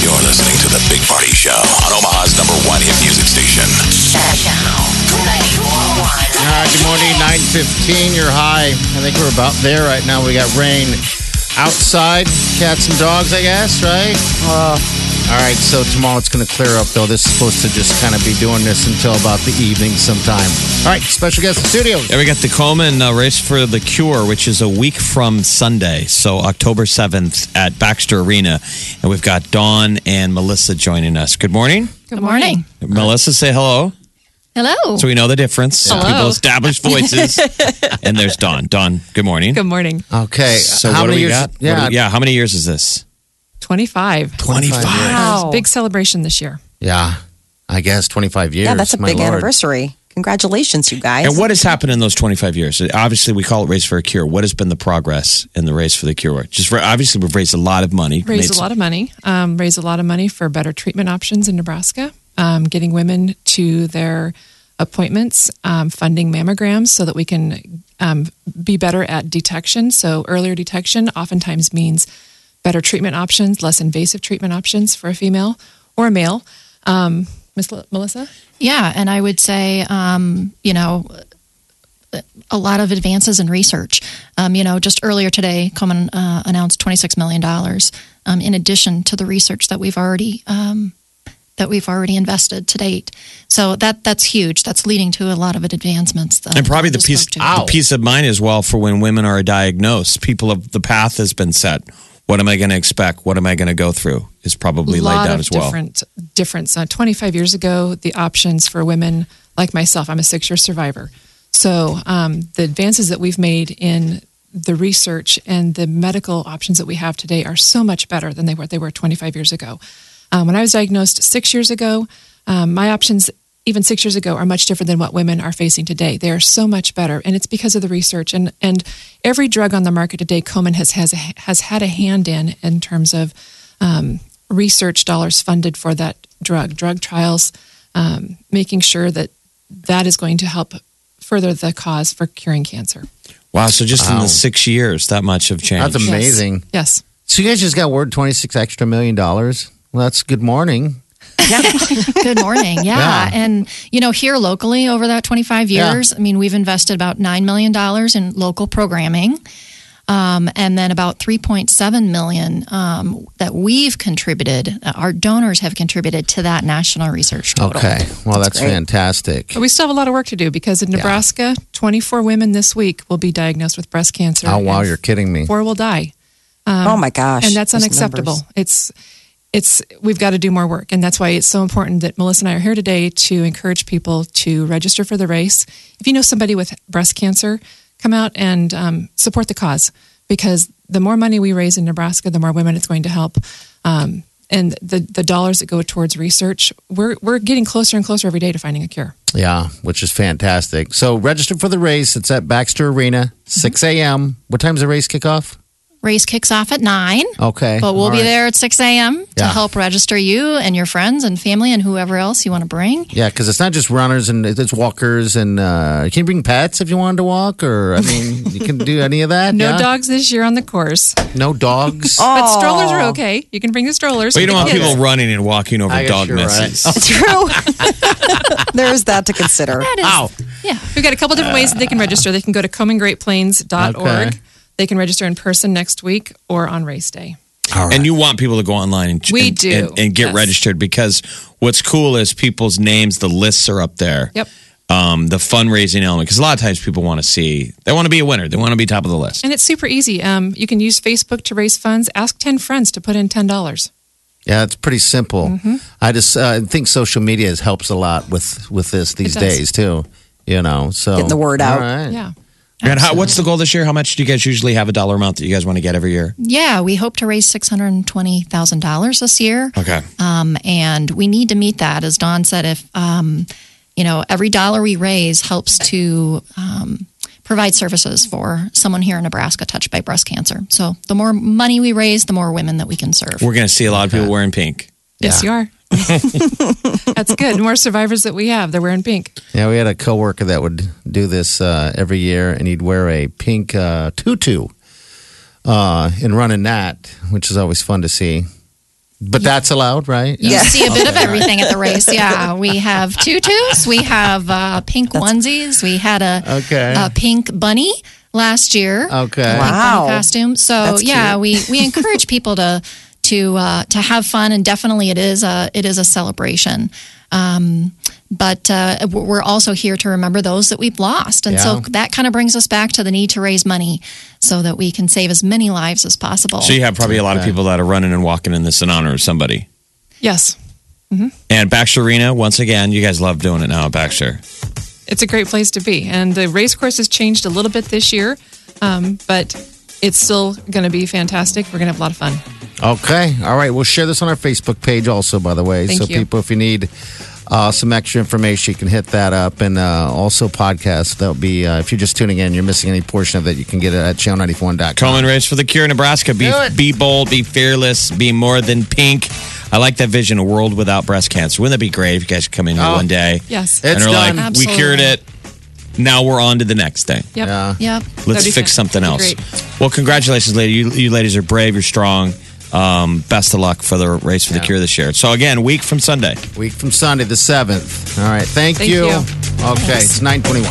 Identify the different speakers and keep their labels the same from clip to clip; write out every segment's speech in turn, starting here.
Speaker 1: You're listening to The Big Party Show on Omaha's number one hit music station.
Speaker 2: All right, good morning, 915, your high. I think we're about there right now. We got rain outside, cats and dogs, I guess, right? Uh, all right, so tomorrow it's going to clear up, though. This is supposed to just kind of be doing this until about the evening sometime. All right, special guest in studio.
Speaker 3: Yeah, we got the Coleman uh, Race for the Cure, which is a week from Sunday, so October 7th at Baxter Arena. And we've got Dawn and Melissa joining us. Good morning.
Speaker 4: Good morning.
Speaker 3: Melissa, say hello.
Speaker 4: Hello.
Speaker 3: So we know the difference.
Speaker 4: Hello.
Speaker 3: People establish voices. and there's Dawn. Dawn, good morning.
Speaker 4: Good morning.
Speaker 2: Okay,
Speaker 3: So
Speaker 2: how
Speaker 3: what do
Speaker 2: many
Speaker 3: we
Speaker 2: years?
Speaker 3: got? What
Speaker 2: Yeah,
Speaker 3: do we- yeah, how many years is this?
Speaker 4: 25.
Speaker 3: 25.
Speaker 4: Wow. Big celebration this year.
Speaker 2: yeah, I guess 25 years.
Speaker 5: Yeah, that's a
Speaker 2: my
Speaker 5: big
Speaker 2: Lord.
Speaker 5: anniversary. Congratulations, you guys.
Speaker 3: And what has happened in those 25 years? Obviously, we call it Race for a Cure. What has been the progress in the Race for the Cure? Just for, obviously, we've raised a lot of money.
Speaker 4: Raise
Speaker 3: made
Speaker 4: a
Speaker 3: some-
Speaker 4: lot of money. Um, raise a lot of money for better treatment options in Nebraska, um, getting women to their appointments, um, funding mammograms so that we can um, be better at detection. So, earlier detection oftentimes means better treatment options, less invasive treatment options for a female or a male. Um, Miss L- Melissa?
Speaker 6: Yeah, and I would say, um, you know, a lot of advances in research. Um, you know, just earlier today, Coleman uh, announced twenty-six million dollars um, in addition to the research that we've already um, that we've already invested to date. So that that's huge. That's leading to a lot of advancements. That
Speaker 3: and probably
Speaker 6: I
Speaker 3: the
Speaker 6: just
Speaker 3: peace,
Speaker 6: spoke to.
Speaker 3: the peace of mind as well for when women are diagnosed. People of the path has been set. What am I going to expect? What am I going to go through? Is probably laid
Speaker 4: lot
Speaker 3: down
Speaker 4: of
Speaker 3: as well.
Speaker 4: Different difference. Uh, 25 years ago, the options for women like myself, I'm a six year survivor. So um, the advances that we've made in the research and the medical options that we have today are so much better than they were they were 25 years ago. Um, when I was diagnosed six years ago, um, my options even six years ago are much different than what women are facing today. They are so much better, and it's because of the research and and every drug on the market today, Komen has has has had a hand in in terms of um, research dollars funded for that drug, drug trials, um, making sure that that is going to help further the cause for curing cancer.
Speaker 3: Wow. So just in the six years, that much have changed.
Speaker 2: That's amazing.
Speaker 4: Yes.
Speaker 2: So you guys just got word 26 extra million dollars. Well, that's good morning.
Speaker 6: Good morning. Yeah.
Speaker 2: Yeah.
Speaker 6: And, you know, here locally over that 25
Speaker 2: Yeah.
Speaker 6: years, I mean, we've invested about $9 million in local programming. Um, and then about 3.7 million um, that we've contributed, uh, our donors have contributed to that national research total.
Speaker 2: Okay. Well, that's, fantastic.
Speaker 4: But we still have a lot of work to do because in Nebraska, 24 women this week will be diagnosed with breast cancer.
Speaker 2: Oh, wow.
Speaker 4: and
Speaker 2: You're kidding me.
Speaker 4: Four will die. Um,
Speaker 5: oh my gosh!
Speaker 4: and that's
Speaker 5: those
Speaker 4: unacceptable.
Speaker 5: numbers.
Speaker 4: It's it's we've got to do more work, and that's why it's so important that Melissa and I are here today to encourage people to register for the race. If you know somebody with breast cancer, come out and um, support the cause because the more money we raise in Nebraska, the more women it's going to help. Um, and the the dollars that go towards research, we're we're getting closer and closer every day to finding a cure.
Speaker 2: Yeah, which is fantastic. So register for the race. It's at Baxter Arena, 6 a.m. What time's the race kickoff?
Speaker 6: Race kicks off at 9,
Speaker 2: Okay.
Speaker 6: but we'll
Speaker 2: all
Speaker 6: be
Speaker 2: right.
Speaker 6: there at 6 a.m. to
Speaker 2: Yeah.
Speaker 6: help register you and your friends and family and whoever else you want to bring.
Speaker 2: Yeah, because it's not just runners and it's walkers and uh, can you bring pets if you wanted to walk or I mean you can do any of that.
Speaker 4: No Oh.
Speaker 2: yeah?
Speaker 4: dogs this year on the course,
Speaker 2: No dogs.
Speaker 4: but strollers are okay. You can bring the strollers.
Speaker 3: But you
Speaker 4: for
Speaker 3: don't
Speaker 4: the
Speaker 3: want
Speaker 4: kids.
Speaker 3: people running and walking over
Speaker 2: I guess
Speaker 3: dog
Speaker 2: you're right.
Speaker 3: messes.
Speaker 5: True. there is that to consider.
Speaker 6: That is,
Speaker 2: Ow.
Speaker 6: yeah.
Speaker 4: We've got a couple different ways that they can register. They can go to commongreatplains.org.
Speaker 2: Okay.
Speaker 4: They can register in person next week or on race day.
Speaker 3: And you want people to go online and
Speaker 4: We
Speaker 3: and,
Speaker 4: do.
Speaker 3: and, and get
Speaker 4: Yes.
Speaker 3: registered because what's cool is people's names, the lists are up there.
Speaker 4: Yep.
Speaker 3: Um, the fundraising element because a lot of times people want to see they want to be a winner, they want to be top of the list.
Speaker 4: And it's super easy. Um, you can use Facebook to raise funds. Ask 10 friends to put in $10.
Speaker 2: Yeah, it's pretty simple. I just uh, think social media helps a lot with with this these
Speaker 4: does.
Speaker 2: days too. You know, so
Speaker 5: Getting the word out.
Speaker 2: All right.
Speaker 4: Yeah.
Speaker 3: And how, what's the goal this year? How much do you guys usually have a dollar amount that you guys want to get every year?
Speaker 6: Yeah, we hope to raise six hundred twenty thousand dollars this year.
Speaker 3: Okay.
Speaker 6: Um, and we need to meet that, as Don said. If um, you know, every dollar we raise helps to um, provide services for someone here in Nebraska touched by breast cancer. So the more money we raise, the more women that we can serve.
Speaker 3: We're going to see a lot of people wearing pink.
Speaker 4: Yes, you are. That's good. The more survivors that we have, they're wearing pink.
Speaker 2: Yeah, we had a coworker that would do this uh, every year, and he'd wear a pink uh, tutu uh, and run in that, which is always fun to see. But that's allowed, right?
Speaker 6: You see a bit of everything at the race. Yeah, we have tutus, we have uh, pink onesies, we had a,
Speaker 2: Okay.
Speaker 6: a pink bunny last year.
Speaker 2: Okay.
Speaker 6: pink bunny
Speaker 5: Wow.
Speaker 6: costume. So
Speaker 5: That's
Speaker 6: yeah,
Speaker 5: cute.
Speaker 6: we we encourage people to to uh, to have fun, and definitely it is a it is a celebration. Um, but uh, we're also here to remember those that we've lost, and so
Speaker 2: Yeah.
Speaker 6: that kind of brings us back to the need to raise money so that we can save as many lives as possible.
Speaker 3: So you have probably a lot of people that are running and walking in this in honor of somebody.
Speaker 4: Yes.
Speaker 3: And Baxter Arena, once again, you guys love doing it now at Baxter.
Speaker 4: it's a great place to be. And the race course has changed a little bit this year, um, but it's still going to be fantastic. We're going to have a lot of fun.
Speaker 2: Okay. All right. We'll share this on our Facebook page also, by the way.
Speaker 4: Thank
Speaker 2: so,
Speaker 4: you.
Speaker 2: people, if you need uh, some extra information, you can hit that up. And uh, also, podcast. That'll be, uh, if you're just tuning in, you're missing any portion of that, you can get it at channel94.com.
Speaker 3: Come and race for the cure, Nebraska. Be,
Speaker 2: Do it.
Speaker 3: be bold, be fearless, be more than pink. I like that vision, a world without breast cancer. Wouldn't that be great if you guys could come in here
Speaker 2: Oh.
Speaker 3: one day?
Speaker 4: Yes.
Speaker 2: It's
Speaker 3: and are
Speaker 2: done.
Speaker 3: like, we
Speaker 6: Absolutely.
Speaker 3: cured it. Now we're on to the next thing.
Speaker 4: Yep.
Speaker 2: Yeah.
Speaker 6: yep.
Speaker 3: Let's
Speaker 4: That'd be
Speaker 3: fix
Speaker 4: fan-
Speaker 3: something
Speaker 4: that'd
Speaker 3: else.
Speaker 4: be
Speaker 3: Well, congratulations, lady. You, you ladies are brave. You're strong. Um, best of luck for the race for the
Speaker 2: Yeah.
Speaker 3: cure this year. So again, week from Sunday.
Speaker 2: Week from Sunday, the 7th. All right. Thank,
Speaker 4: Thank you.
Speaker 2: Okay. It's 921.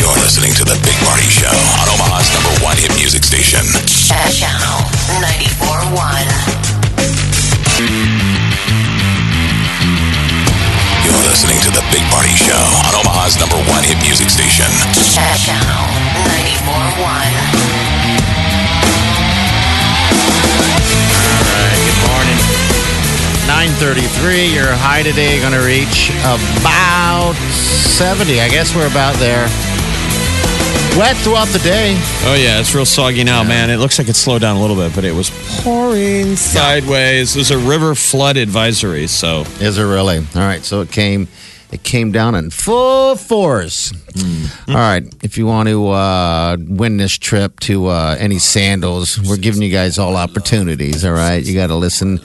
Speaker 1: You're listening to The Big Party Show on Omaha's number one hit music station.
Speaker 7: Channel 94.1.
Speaker 1: You're listening to The Big Party Show on Omaha's number one hit music station.
Speaker 7: Channel 94.1.
Speaker 2: All right, good morning. 933, your high today going to reach about 70. I guess we're about there. Wet throughout the day.
Speaker 3: Oh yeah, it's real soggy now, man. It looks like it slowed down a little bit, but it was pouring sideways. There's a river flood advisory, so
Speaker 2: Is it really? All right, so it came it came down in full force.
Speaker 3: Hmm.
Speaker 2: All right, if you want to uh, win this trip to uh, any sandals, we're giving you guys all opportunities. All right, you got to listen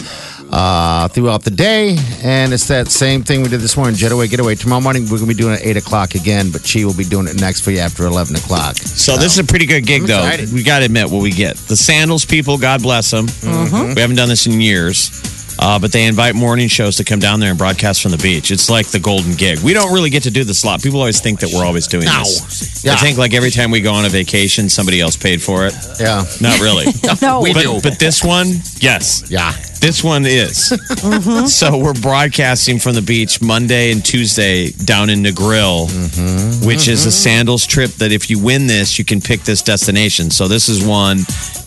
Speaker 2: uh, throughout the day, and it's that same thing we did this morning. Jetaway, getaway. Tomorrow morning we're gonna be doing it at eight o'clock again, but she will be doing it next for you after eleven o'clock.
Speaker 3: so this is a pretty good gig,
Speaker 2: I'm
Speaker 3: though.
Speaker 2: excited.
Speaker 3: We got to admit what we get. The sandals people, God bless them.
Speaker 2: Mm-hmm.
Speaker 3: We haven't done this in years, uh, but they invite morning shows to come down there and broadcast from the beach. It's like the golden gig. We don't really get to do this a lot. People always think that we're always doing this.
Speaker 2: Yeah.
Speaker 3: I think like every time we go on a vacation, somebody else paid for it.
Speaker 2: Yeah,
Speaker 3: Not really.
Speaker 5: No.
Speaker 3: but, but this one, yes.
Speaker 2: yeah.
Speaker 3: This one is. So we're broadcasting from the beach Monday and Tuesday down in Negril, which is a sandals trip that if you win this, you can pick this destination. So this is one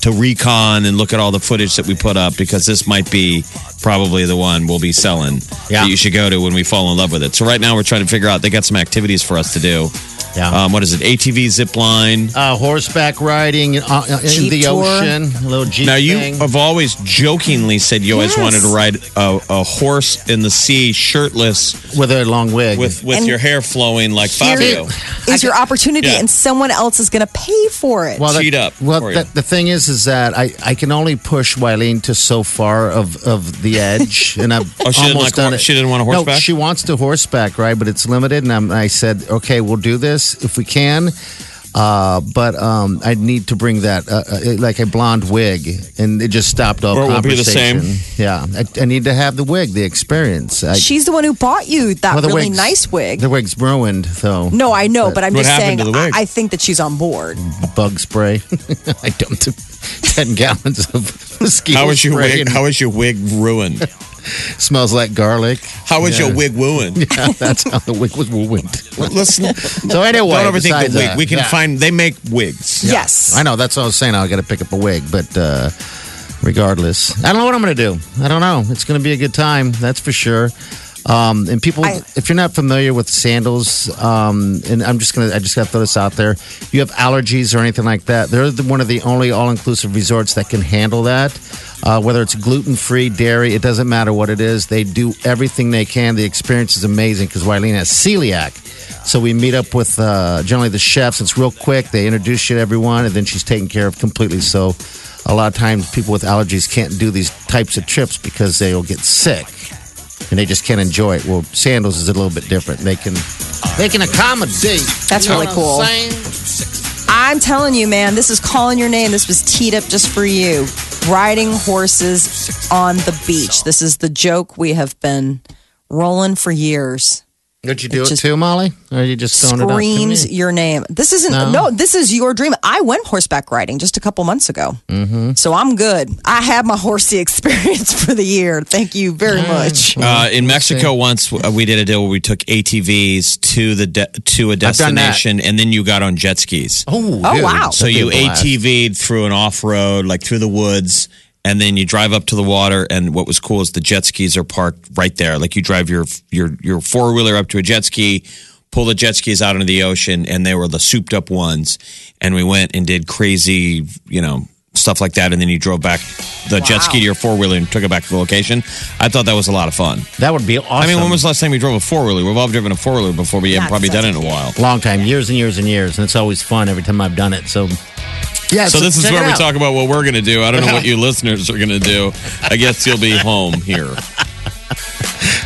Speaker 3: to recon and look at all the footage that we put up because this might be probably the one we'll be selling
Speaker 2: Yeah.
Speaker 3: that you should go to when we fall in love with it. So right now we're trying to figure out they got some activities for us to do.
Speaker 2: Yeah.
Speaker 3: Um, what is it? ATV zip line.
Speaker 2: Uh, horseback riding uh, uh, in
Speaker 5: Jeep
Speaker 2: the
Speaker 5: tour.
Speaker 2: ocean, a little jeep
Speaker 3: Now you
Speaker 2: thing.
Speaker 3: have always jokingly said you always
Speaker 5: Yes.
Speaker 3: wanted to ride a, a horse in the sea, shirtless,
Speaker 2: with a long wig.
Speaker 3: with with
Speaker 5: And
Speaker 3: your hair flowing like
Speaker 5: Here
Speaker 3: Fabio.
Speaker 5: is your opportunity,
Speaker 3: Yeah.
Speaker 5: and someone else is going to pay for it.
Speaker 3: Well, Teed
Speaker 2: that-
Speaker 3: up
Speaker 2: Well,
Speaker 3: for
Speaker 2: that, the thing is, is that I, I can only push Wileen to so far of, of the edge, and I've
Speaker 3: Oh, she didn't
Speaker 2: almost
Speaker 3: like
Speaker 2: done
Speaker 3: hor-
Speaker 2: it.
Speaker 3: she didn't want a
Speaker 2: No,
Speaker 3: horseback?
Speaker 2: she wants to horseback ride, but it's limited, and I'm, I said, okay, we'll do this if we can. Uh, but um, I need to bring that uh, uh, like a blonde wig, and it just stopped all
Speaker 3: Or it won't be the
Speaker 2: conversation.
Speaker 3: same.
Speaker 2: Yeah, I, I need to have the wig, the experience. I,
Speaker 5: She's the one who bought you that
Speaker 2: Well, the
Speaker 5: really
Speaker 2: wigs.
Speaker 5: nice wig.
Speaker 2: the wig's ruined, though.
Speaker 5: no, I know, but I'm
Speaker 3: What
Speaker 5: just
Speaker 3: happened
Speaker 5: saying.
Speaker 3: to the wig?
Speaker 5: I, I think that she's on board.
Speaker 2: bug spray. I dumped ten gallons of mosquito
Speaker 3: How was your
Speaker 2: spray
Speaker 3: wig?
Speaker 2: and
Speaker 3: How was your wig ruined?
Speaker 2: smells like garlic.
Speaker 3: How was your wig ruined?
Speaker 2: That's how the wig was ruined.
Speaker 3: Listen,
Speaker 2: So anyway,
Speaker 3: don't overthink
Speaker 2: besides
Speaker 3: the wig.
Speaker 2: that-
Speaker 3: We can
Speaker 2: yeah.
Speaker 3: find. They make wigs.
Speaker 5: Yes.
Speaker 2: I know that's what I was saying. I got to pick up a wig, but uh, regardless, I don't know what I'm going to do. I don't know. It's going to be a good time, that's for sure. Um, and people,
Speaker 5: I-
Speaker 2: if you're not familiar with sandals, um, and I'm just gonna, I just gotta throw this out there. You have allergies or anything like that. They're the, one of the only all-inclusive resorts that can handle that. Uh, whether it's gluten-free, dairy, it doesn't matter what it is. They do everything they can. The experience is amazing because Wileen has celiac. So we meet up with uh, generally the chefs. It's real quick. They introduce you to everyone, and then she's taken care of completely. So a lot of times people with allergies can't do these types of trips because they'll get sick and they just can't enjoy it. Well, sandals is a little bit different. They can they can accommodate.
Speaker 5: That's
Speaker 2: You know
Speaker 5: really
Speaker 2: what I'm
Speaker 5: cool.
Speaker 2: saying?
Speaker 5: I'm telling you, man, this is calling your name. This was teed up just for you. Riding horses on the beach. This is the joke we have been rolling for years.
Speaker 2: Would you do
Speaker 5: It
Speaker 2: it,
Speaker 5: just
Speaker 2: too, Molly? Or are you just throwing it
Speaker 5: Screams
Speaker 2: out to me?
Speaker 5: your name. This isn't,
Speaker 2: No.
Speaker 5: no. this is your dream. I went horseback riding just a couple months ago. Mm-hmm. So I'm good. I had my horsey experience for the year. Thank you very much.
Speaker 3: Uh, in Mexico, once uh, we did a deal where we took ATVs to the de- to a
Speaker 2: done that.
Speaker 3: destination, and then you got on jet skis.
Speaker 2: Oh,
Speaker 5: Oh,
Speaker 2: dude,
Speaker 5: wow.
Speaker 2: that'd
Speaker 3: so
Speaker 2: be a
Speaker 3: you
Speaker 2: blast.
Speaker 3: ATV'd through an off road, like through the woods, and then you drive up to the water. And what was cool is the jet skis are parked right there. Like you drive your your your four wheeler up to a jet ski, pull the jet skis out into the ocean, and they were the souped up ones. And we went and did crazy, you know. Stuff like that, and then you drove back the jet ski to your four wheeler and took it back to the location. I thought that was a lot of fun.
Speaker 2: That would be awesome.
Speaker 3: I mean, when was the last time you drove a four wheeler? We've all driven a four wheeler before, but you haven't probably done it in a while.
Speaker 2: long time, years and years and years, and it's always fun every time I've done it. So yeah.
Speaker 3: So this is
Speaker 2: check
Speaker 3: where
Speaker 2: it
Speaker 3: we
Speaker 2: out.
Speaker 3: talk about what we're going to do. I don't know what you listeners are going to do. I guess you'll be home here.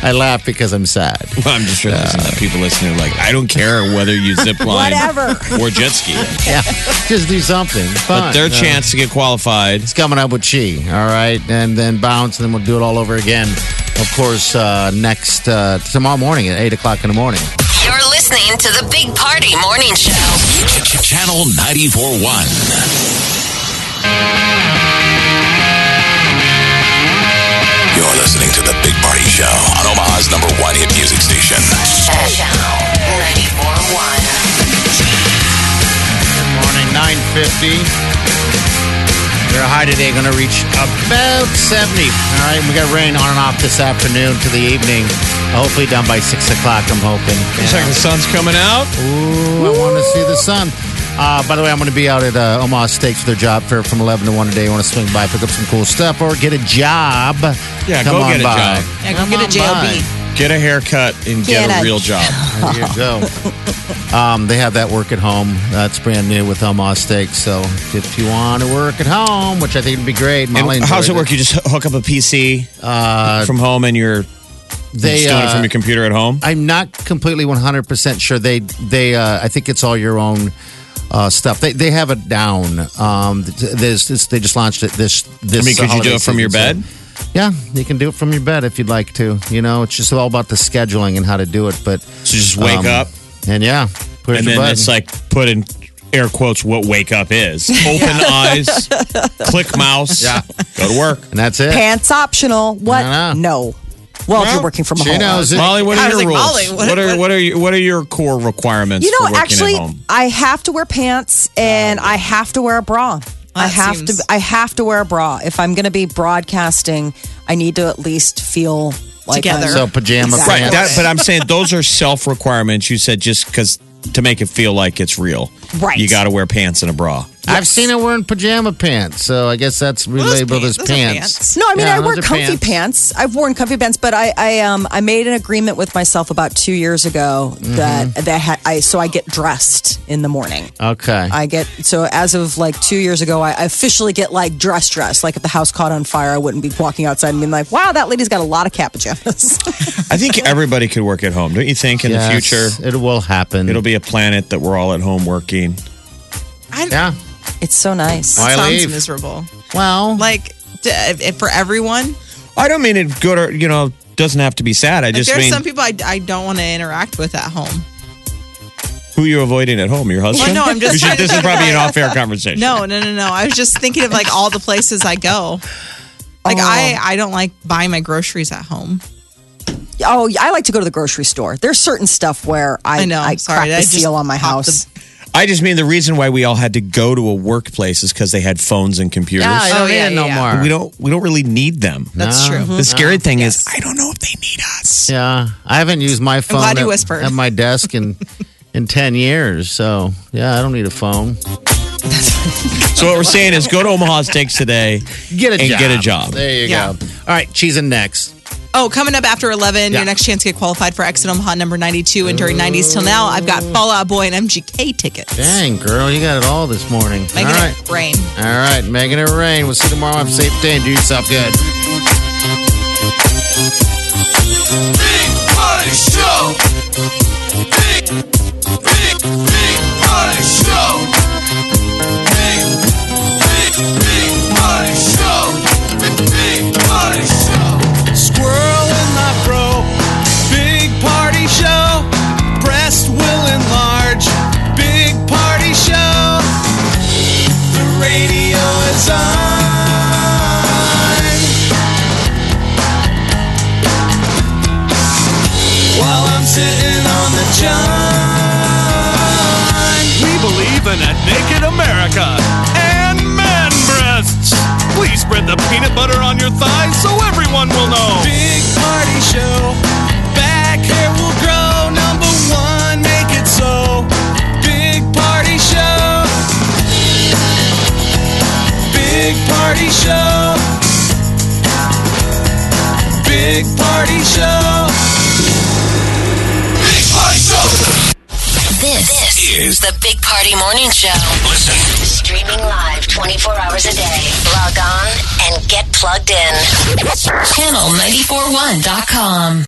Speaker 2: I laugh because I'm sad.
Speaker 3: I'm just realizing that people listening are like, I don't care whether you zip line
Speaker 5: Whatever.
Speaker 3: or jet ski.
Speaker 2: yeah, just do something. Fun.
Speaker 3: But their
Speaker 2: you know.
Speaker 3: chance to get qualified.
Speaker 2: It's coming up with Chi, all right? And then bounce, and then we'll do it all over again. Of course, uh, next uh, tomorrow morning at 8 o'clock in the morning.
Speaker 7: You're listening to the Big Party Morning Show.
Speaker 1: Ch- ch- Channel 94.1. You're listening to the Big Party Show on Omaha's number one hit music station.
Speaker 7: Channel 94.1.
Speaker 2: Morning, 9.50. Your high today going to reach about 70. All right, we got rain on and off this afternoon to the evening. Hopefully done by 6 o'clock, I'm hoping.
Speaker 3: Looks like the sun's coming out.
Speaker 2: Ooh, I want to see the sun. Uh, by the way, I'm going to be out at uh, Omaha Steaks for their job fair from 11 to 1 today. want to swing by, pick up some cool stuff, or get a job.
Speaker 3: Yeah,
Speaker 2: Come
Speaker 3: go
Speaker 2: on
Speaker 3: get a
Speaker 2: by.
Speaker 3: job.
Speaker 5: Yeah, go
Speaker 2: Come
Speaker 5: get a
Speaker 2: on
Speaker 5: JLB.
Speaker 2: by.
Speaker 3: Get a haircut and get,
Speaker 5: Get
Speaker 3: a
Speaker 5: a
Speaker 3: real job.
Speaker 2: There you go. um, they have that work at home. That's brand new with Omaha Steaks. So if you want to work at home, which I think would be great, Molly
Speaker 3: And how's it
Speaker 2: enjoyed
Speaker 3: work? You just h- hook up a PC
Speaker 2: Uh,
Speaker 3: from home and you're
Speaker 2: they,
Speaker 3: just doing it
Speaker 2: uh,
Speaker 3: from your computer at home?
Speaker 2: I'm not completely 100 percent sure. They they uh, I think it's all your own uh, stuff. They they have it down. Um, th- there's this, they just launched it this this.
Speaker 3: I mean, could you
Speaker 2: holiday
Speaker 3: do it from
Speaker 2: season,
Speaker 3: your
Speaker 2: so-
Speaker 3: bed?
Speaker 2: Yeah, you can do it from your bed if you'd like to. You know, it's just all about the scheduling and how to do it. But
Speaker 3: So just wake
Speaker 2: um,
Speaker 3: up.
Speaker 2: and yeah, push
Speaker 3: and
Speaker 2: your
Speaker 3: then
Speaker 2: button.
Speaker 3: it's like put in air quotes what wake up is. Open eyes, click mouse,
Speaker 2: Yeah.
Speaker 3: go to work.
Speaker 2: and that's it.
Speaker 5: Pants optional. What?
Speaker 2: I don't
Speaker 5: No. Well, if you're working from
Speaker 2: she
Speaker 5: home.
Speaker 2: knows it.
Speaker 3: Molly, what
Speaker 8: I
Speaker 3: are your
Speaker 8: was like,
Speaker 3: rules?
Speaker 8: Molly,
Speaker 3: what,
Speaker 8: what-
Speaker 3: are what are your, what are your core requirements?
Speaker 5: You know,
Speaker 3: for working
Speaker 5: actually,
Speaker 3: at home?
Speaker 5: I have to wear pants and I have to wear a bra. I
Speaker 8: That
Speaker 5: have
Speaker 8: seems-
Speaker 5: to. I have to wear a bra if I'm going to be broadcasting. I need to at least feel like
Speaker 8: Together.
Speaker 2: So
Speaker 5: I'm-
Speaker 2: pajama
Speaker 5: Exactly.
Speaker 3: right?
Speaker 2: pants.
Speaker 3: That, but I'm saying those are self requirements. You said just because to make it feel like it's real,
Speaker 5: Right.
Speaker 3: You got to wear pants and a bra.
Speaker 2: I've seen her wearing pajama pants, so I guess that's
Speaker 8: Well, those
Speaker 2: relabeled as
Speaker 8: pants- those are
Speaker 2: pants.
Speaker 5: No, I mean
Speaker 2: Yeah,
Speaker 5: I wear
Speaker 2: those are
Speaker 5: comfy pants. I've worn comfy pants, but I, I um I made an agreement with myself about two years ago
Speaker 2: Mm-hmm.
Speaker 5: that that ha- I so I get dressed in the morning.
Speaker 2: Okay.
Speaker 5: I get so as of like two years ago, I officially get like dress dress. Like if the house caught on fire, I wouldn't be walking outside and being like, "Wow, that lady's got a lot of cat pajamas."
Speaker 3: I think everybody could work at home, don't you think? In
Speaker 2: Yes,
Speaker 3: the future,
Speaker 2: it will happen.
Speaker 3: it'll be a planet that we're all at home working.
Speaker 8: I,
Speaker 2: yeah.
Speaker 5: it's so nice.
Speaker 2: Why
Speaker 8: sounds
Speaker 2: leave?
Speaker 8: miserable.
Speaker 2: Well,
Speaker 8: Like d- if- for everyone.
Speaker 3: I don't mean it good or you know doesn't have to be sad. I
Speaker 8: Like
Speaker 3: just
Speaker 8: there's
Speaker 3: mean
Speaker 8: some people I, I don't want to interact with at home.
Speaker 3: who you're avoiding at home. Your husband?
Speaker 8: no, I'm just
Speaker 3: We should-
Speaker 8: trying to
Speaker 3: this is
Speaker 8: think
Speaker 3: probably an
Speaker 8: about-
Speaker 3: off air conversation.
Speaker 8: No, no, no, no. I was just thinking of like all the places I go. Like
Speaker 2: Oh.
Speaker 8: I, I don't like buying my groceries at home.
Speaker 5: Oh, yeah, I like to go to the grocery store. There's certain stuff where I
Speaker 8: I know.
Speaker 5: I
Speaker 8: I'm sorry.
Speaker 5: crack the
Speaker 8: I just
Speaker 5: seal on my
Speaker 8: popped
Speaker 5: house.
Speaker 8: the-
Speaker 3: I just mean the reason why we all had to go to a workplace is because they had phones and computers.
Speaker 2: Yeah, I don't
Speaker 4: Oh,
Speaker 2: need
Speaker 4: yeah,
Speaker 2: it no
Speaker 4: yeah,
Speaker 2: more.
Speaker 3: We don't we don't really need them.
Speaker 4: That's
Speaker 2: No.
Speaker 4: true.
Speaker 8: Mm-hmm.
Speaker 3: The scary thing is I don't know if they need us.
Speaker 2: Yeah, I haven't used my phone
Speaker 4: glad you
Speaker 2: at-
Speaker 4: whispered.
Speaker 2: at my desk in in ten years. So yeah, I don't need a phone.
Speaker 3: So what we're saying is go to Omaha Steaks today.
Speaker 2: Get a
Speaker 3: And
Speaker 2: job.
Speaker 3: get a job.
Speaker 2: There you
Speaker 4: Yeah.
Speaker 2: go. All right, cheese and next.
Speaker 4: Oh, coming up after 11,
Speaker 2: Yeah.
Speaker 4: your next chance to get qualified for Exit Omaha number 92. And during 90s till now, I've got Fallout Boy and MGK tickets.
Speaker 2: Dang, girl, you got it all this morning.
Speaker 4: Making
Speaker 2: all
Speaker 4: it rain.
Speaker 2: All right, Megan and Rain. We'll see you tomorrow. Have a safe day and do yourself good.
Speaker 5: Big Party Show. Big, big, big Party Show. Big, big, big Party Show. Big Party Show. Squirrel in my bro. Big Party Show. Breast will enlarge. Big Party Show. The radio is on. while I'm sitting on the john. We believe in a naked America and man breasts. Please spread the peanut butter on your thighs so everyone will know. Big party show. Back hair will grow. Number one, make it so. Big party show. Big party show. Big party show. Big Party Show.
Speaker 7: This, is the Big Party Morning Show.
Speaker 5: Listen.
Speaker 7: Streaming live 24 hours a day. Log on and get plugged in. Channel941.com.